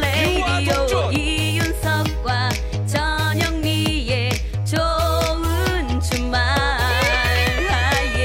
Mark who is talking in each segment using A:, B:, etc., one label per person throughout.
A: 레이디오
B: 유아동전.
A: 이윤석과 전영미의 좋은 주말 아, 예.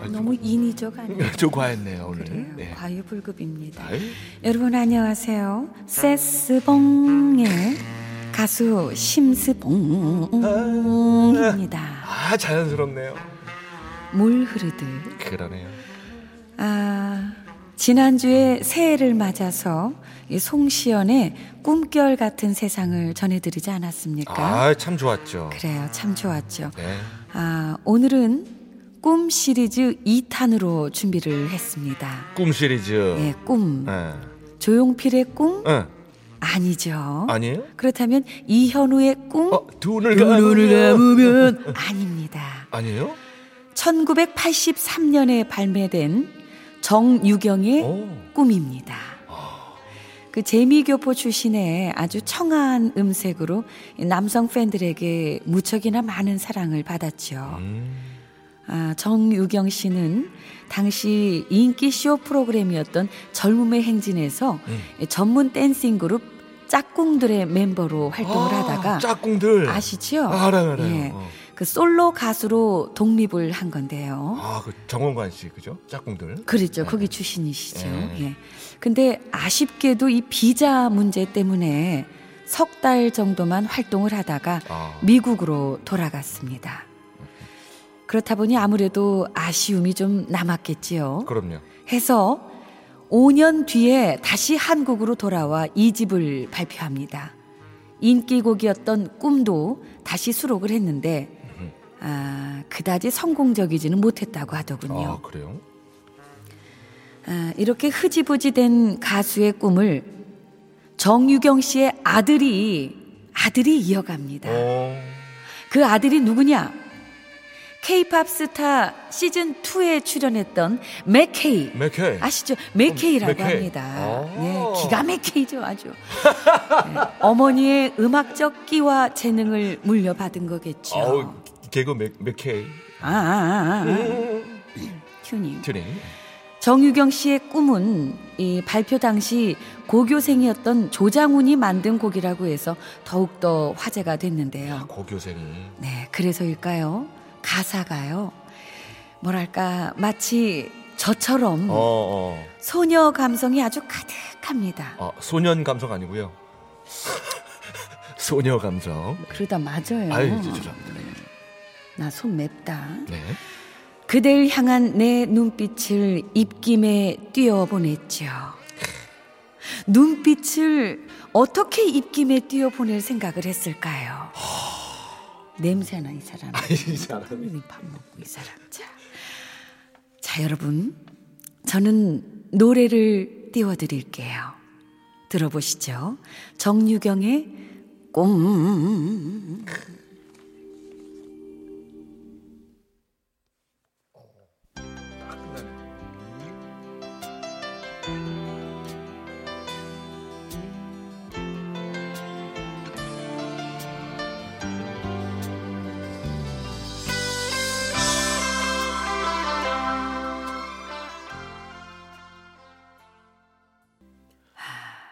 C: 아,
A: 너무 인위적 아니에요?
C: 좀 과했네요 오늘.
A: 그래요?
C: 네.
A: 과유불급입니다
C: 아유,
A: 여러분 안녕하세요. 세스봉의 가수 심스봉입니다.
C: 아 자연스럽네요.
A: 물 흐르듯.
C: 그러네요.
A: 아 지난주에 새해를 맞아서 이 송시연의 꿈결 같은 세상을 전해드리지 않았습니까?
C: 아 참 좋았죠.
A: 그래요, 참 좋았죠.
C: 네.
A: 아 오늘은 꿈 시리즈 2탄으로 준비를 했습니다.
C: 꿈 시리즈.
A: 예, 꿈
C: 네.
A: 조용필의 꿈
C: 네.
A: 아니죠.
C: 아니에요?
A: 그렇다면 이현우의 꿈
C: 어 눈을
A: 눈을
C: 감으면
A: 감으면 아닙니다.
C: 아니에요?
A: 1983년에 발매된 정유경의
C: 오.
A: 꿈입니다. 그 재미교포 출신의 아주 청아한 음색으로 남성 팬들에게 무척이나 많은 사랑을 받았죠.
C: 음.
A: 아, 정유경 씨는 당시 인기 쇼 프로그램이었던 젊음의 행진에서 전문 댄싱 그룹 짝꿍들의 멤버로 활동을
C: 아,
A: 하다가
C: 짝꿍들
A: 아시죠?
C: 아, 알아요, 알아요.
A: 예.
C: 어.
A: 그 솔로 가수로 독립을 한 건데요.
C: 아 그 정원관 씨 그죠? 짝꿍들.
A: 그렇죠. 거기 출신이시죠.
C: 네.
A: 예. 근데 아쉽게도 이 비자 문제 때문에 석 달 정도만 활동을 하다가
C: 아.
A: 미국으로 돌아갔습니다. 그렇다 보니 아무래도 아쉬움이 좀 남았겠지요.
C: 그럼요. 아,
A: 해서 5년 뒤에 다시 한국으로 돌아와 이집을 발표합니다. 인기곡이었던 꿈도 다시 수록을 했는데 아, 그다지 성공적이지는 못했다고
C: 아
A: 하더군요.
C: 그래요?
A: 아, 이렇게 흐지부지 된 가수의 꿈을 정유경 씨의 아들이 아들이 이어갑니다.
C: 어.
A: 그 아들이 누구냐? 케이팝 스타 시즌 2에 출연했던 맥케이.
C: 맥케이.
A: 아시죠? 맥케이라고
C: 맥케이.
A: 합니다.
C: 아.
A: 예, 기가 맥케이죠, 아주. 예, 어머니의 음악적 끼와 재능을 물려받은 거겠죠.
C: 아우 개그 맥 맥케이
A: 아, 아, 아, 아. 튜닝.
C: 튜닝.
A: 정유경 씨의 꿈은 이 발표 당시 고교생이었던 조장훈이 만든 곡이라고 해서 더욱더 화제가 됐는데요.
C: 고교생이.
A: 네, 그래서일까요? 가사가요. 뭐랄까, 마치 저처럼
C: 어 어.
A: 소녀 감성이 아주 가득합니다.
C: 아 소년 감성 아니고요. 소녀 감성.
A: 그러다 맞아요.
C: 아유 이제 죄송합니다.
A: 나 손 맵다.
C: 네.
A: 그댈 향한 내 눈빛을 입김에 띄워보냈죠. 눈빛을 어떻게 입김에 띄워보낼 생각을 했을까요? 냄새나 이 사람.
C: 이 사람.
A: 이 밥 먹고 이 사람. 자, 자 여러분, 저는 노래를 띄워드릴게요. 들어보시죠. 정유경의 꿈.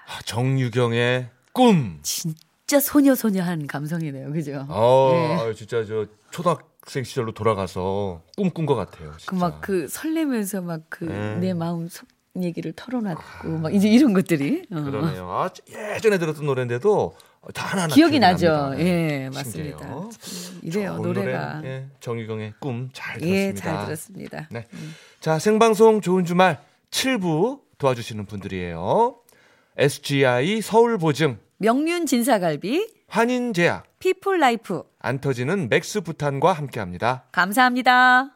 C: 아, 정유경의 꿈.
A: 진짜 소녀소녀한 감성이네요, 그죠?
C: 어,
A: 예.
C: 아유, 진짜 저 초등학교 학생 시절로 돌아가서 꿈꾼 것 같아요. 진짜.
A: 그 막 그 설레면서 막 그
C: 네. 아.
A: 내 마음 속 얘기를 털어놨고 막 이제 이런 것들이 어.
C: 그러네요. 아, 예전에 들었던 노래인데도 다 하나하나
A: 기억이
C: 기억이
A: 나죠.
C: 납니다. 네.
A: 예,
C: 신기해요.
A: 맞습니다. 참 이래요
C: 좋은 노래. 네,
A: 노래가
C: 예, 정유경의 꿈 잘 들었습니다.
A: 예 잘 들었습니다. 음.
C: 네. 자, 생방송 좋은 주말 7부 도와주시는 분들이에요. SGI 서울보증,
A: 명륜 진사갈비
C: 한인제약,
A: 피플라이프
C: 안 터지는 맥스부탄과 함께합니다.
A: 감사합니다.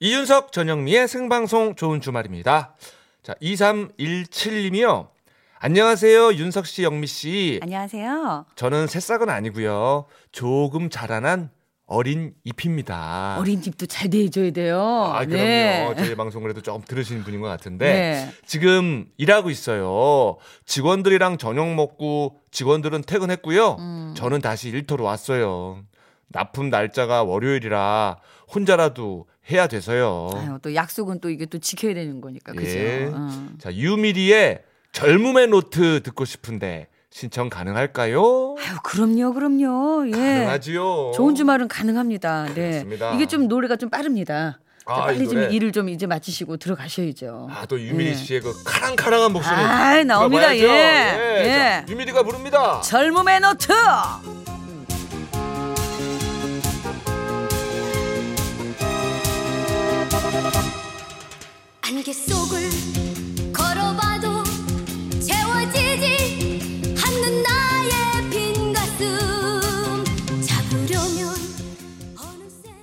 C: 이윤석, 전영미의 생방송 좋은 주말입니다. 자, 2317님이요. 안녕하세요, 윤석 씨, 영미 씨.
A: 안녕하세요.
C: 저는 새싹은 아니고요. 조금 자라난 어린 잎입니다.
A: 어린 집도 잘 대해줘야 돼요.
C: 아, 그럼요.
A: 네.
C: 저희 방송 그래도 조금 들으시는 분인 것 같은데.
A: 네.
C: 지금 일하고 있어요. 직원들이랑 저녁 먹고 직원들은 퇴근했고요.
A: 음.
C: 저는 다시 일터로 왔어요. 납품 날짜가 월요일이라 혼자라도 해야 돼서요.
A: 아유, 또 약속은 또 이게 또 지켜야 되는 거니까 그죠.
C: 네. 예.
A: 어.
C: 자, 유미리의 젊음의 노트 듣고 싶은데 신청 가능할까요?
A: 아유 그럼요 그럼요. 예.
C: 가능하지요.
A: 좋은 주말은 가능합니다. 네.
C: 그렇습니다.
A: 이게 좀 노래가 좀 빠릅니다. 자,
C: 아,
A: 빨리
C: 이
A: 좀
C: 노래.
A: 일을 좀 이제 마치시고 들어가셔야죠.
C: 아, 또 유미리
A: 예.
C: 씨의 그 카랑카랑한 목소리.
A: 아이, 나옵니다.
C: 들어봐야죠.
A: 예.
C: 예. 자,
A: 예.
C: 유미리가 부릅니다.
A: 젊음의 노트.
B: 안개 속을 걸어봐도 채워지지 않는 나의 빈 가슴 잡으려면 어느새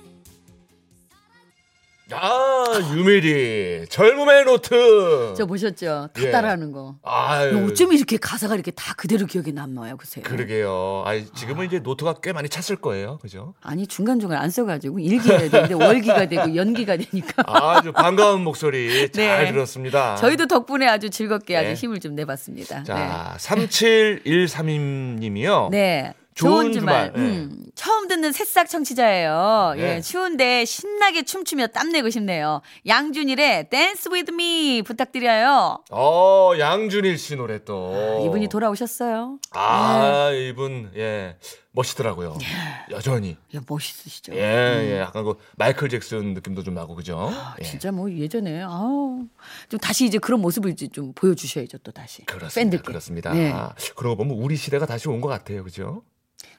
C: 아, 유미리. 젊음의 노트.
A: 저 보셨죠? 다
C: 예.
A: 따라하는 거.
C: 아유.
A: 어쩜 이렇게 가사가 이렇게 다 그대로 기억에 남나요, 글쎄요.
C: 그러게요. 아 지금은 이제 노트가 꽤 많이 찼을 거예요. 그죠?
A: 아니 중간 중간 안 써가지고 일기가 되는데 월기가 되고 연기가 되니까
C: 아주 반가운 목소리 잘
A: 네.
C: 들었습니다.
A: 저희도 덕분에 아주 즐겁게
C: 네.
A: 아주 힘을 좀 내봤습니다.
C: 자, 3713님이요.
A: 네. 네.
C: 어. 좋은
A: 좋은 주말.
C: 주말, 네.
A: 음, 처음 듣는 새싹 청취자예요.
C: 네.
A: 예, 추운데 신나게 춤추며 땀내고 싶네요. 양준일의 댄스 위드 미 부탁드려요. 아,
C: 어, 양준일 씨 노래 또.
A: 이분이 돌아오셨어요. 예.
C: 아, 이분, 예. 멋있더라고요. 여전히.
A: 야, 멋있으시죠?
C: 예, 예. 약간 그 마이클 잭슨 느낌도 좀 나고, 그죠?
A: 음. 아,
C: 예.
A: 진짜 뭐 예전에 아우 좀 다시 이제 그런 모습을 이제 좀 보여주셔야죠 또 다시
C: 그렇습니다.
A: 팬들께
C: 그렇습니다.
A: 네.
C: 아, 그러고 보면 우리 시대가 다시 온 것 같아요. 그죠?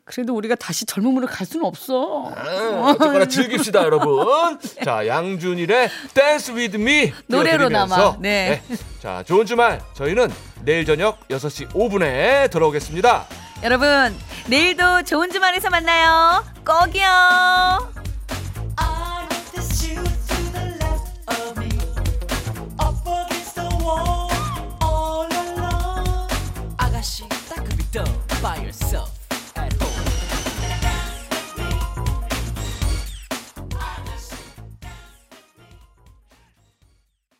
A: 그래도 우리가 다시 젊음으로 갈 수는 없어
C: 아, 어쨌거나 즐깁시다 여러분. 자 양준일의 댄스 위드 미
A: 노래로 남아, 네.
C: 예. 자 좋은 주말 저희는 내일 저녁 6시 5분에 돌아오겠습니다.
A: 여러분 내일도 좋은 주말에서 만나요 꼭이요.
D: I love this you to the left of me, up against the wall, all alone. I got shit that could be done by yourself at home.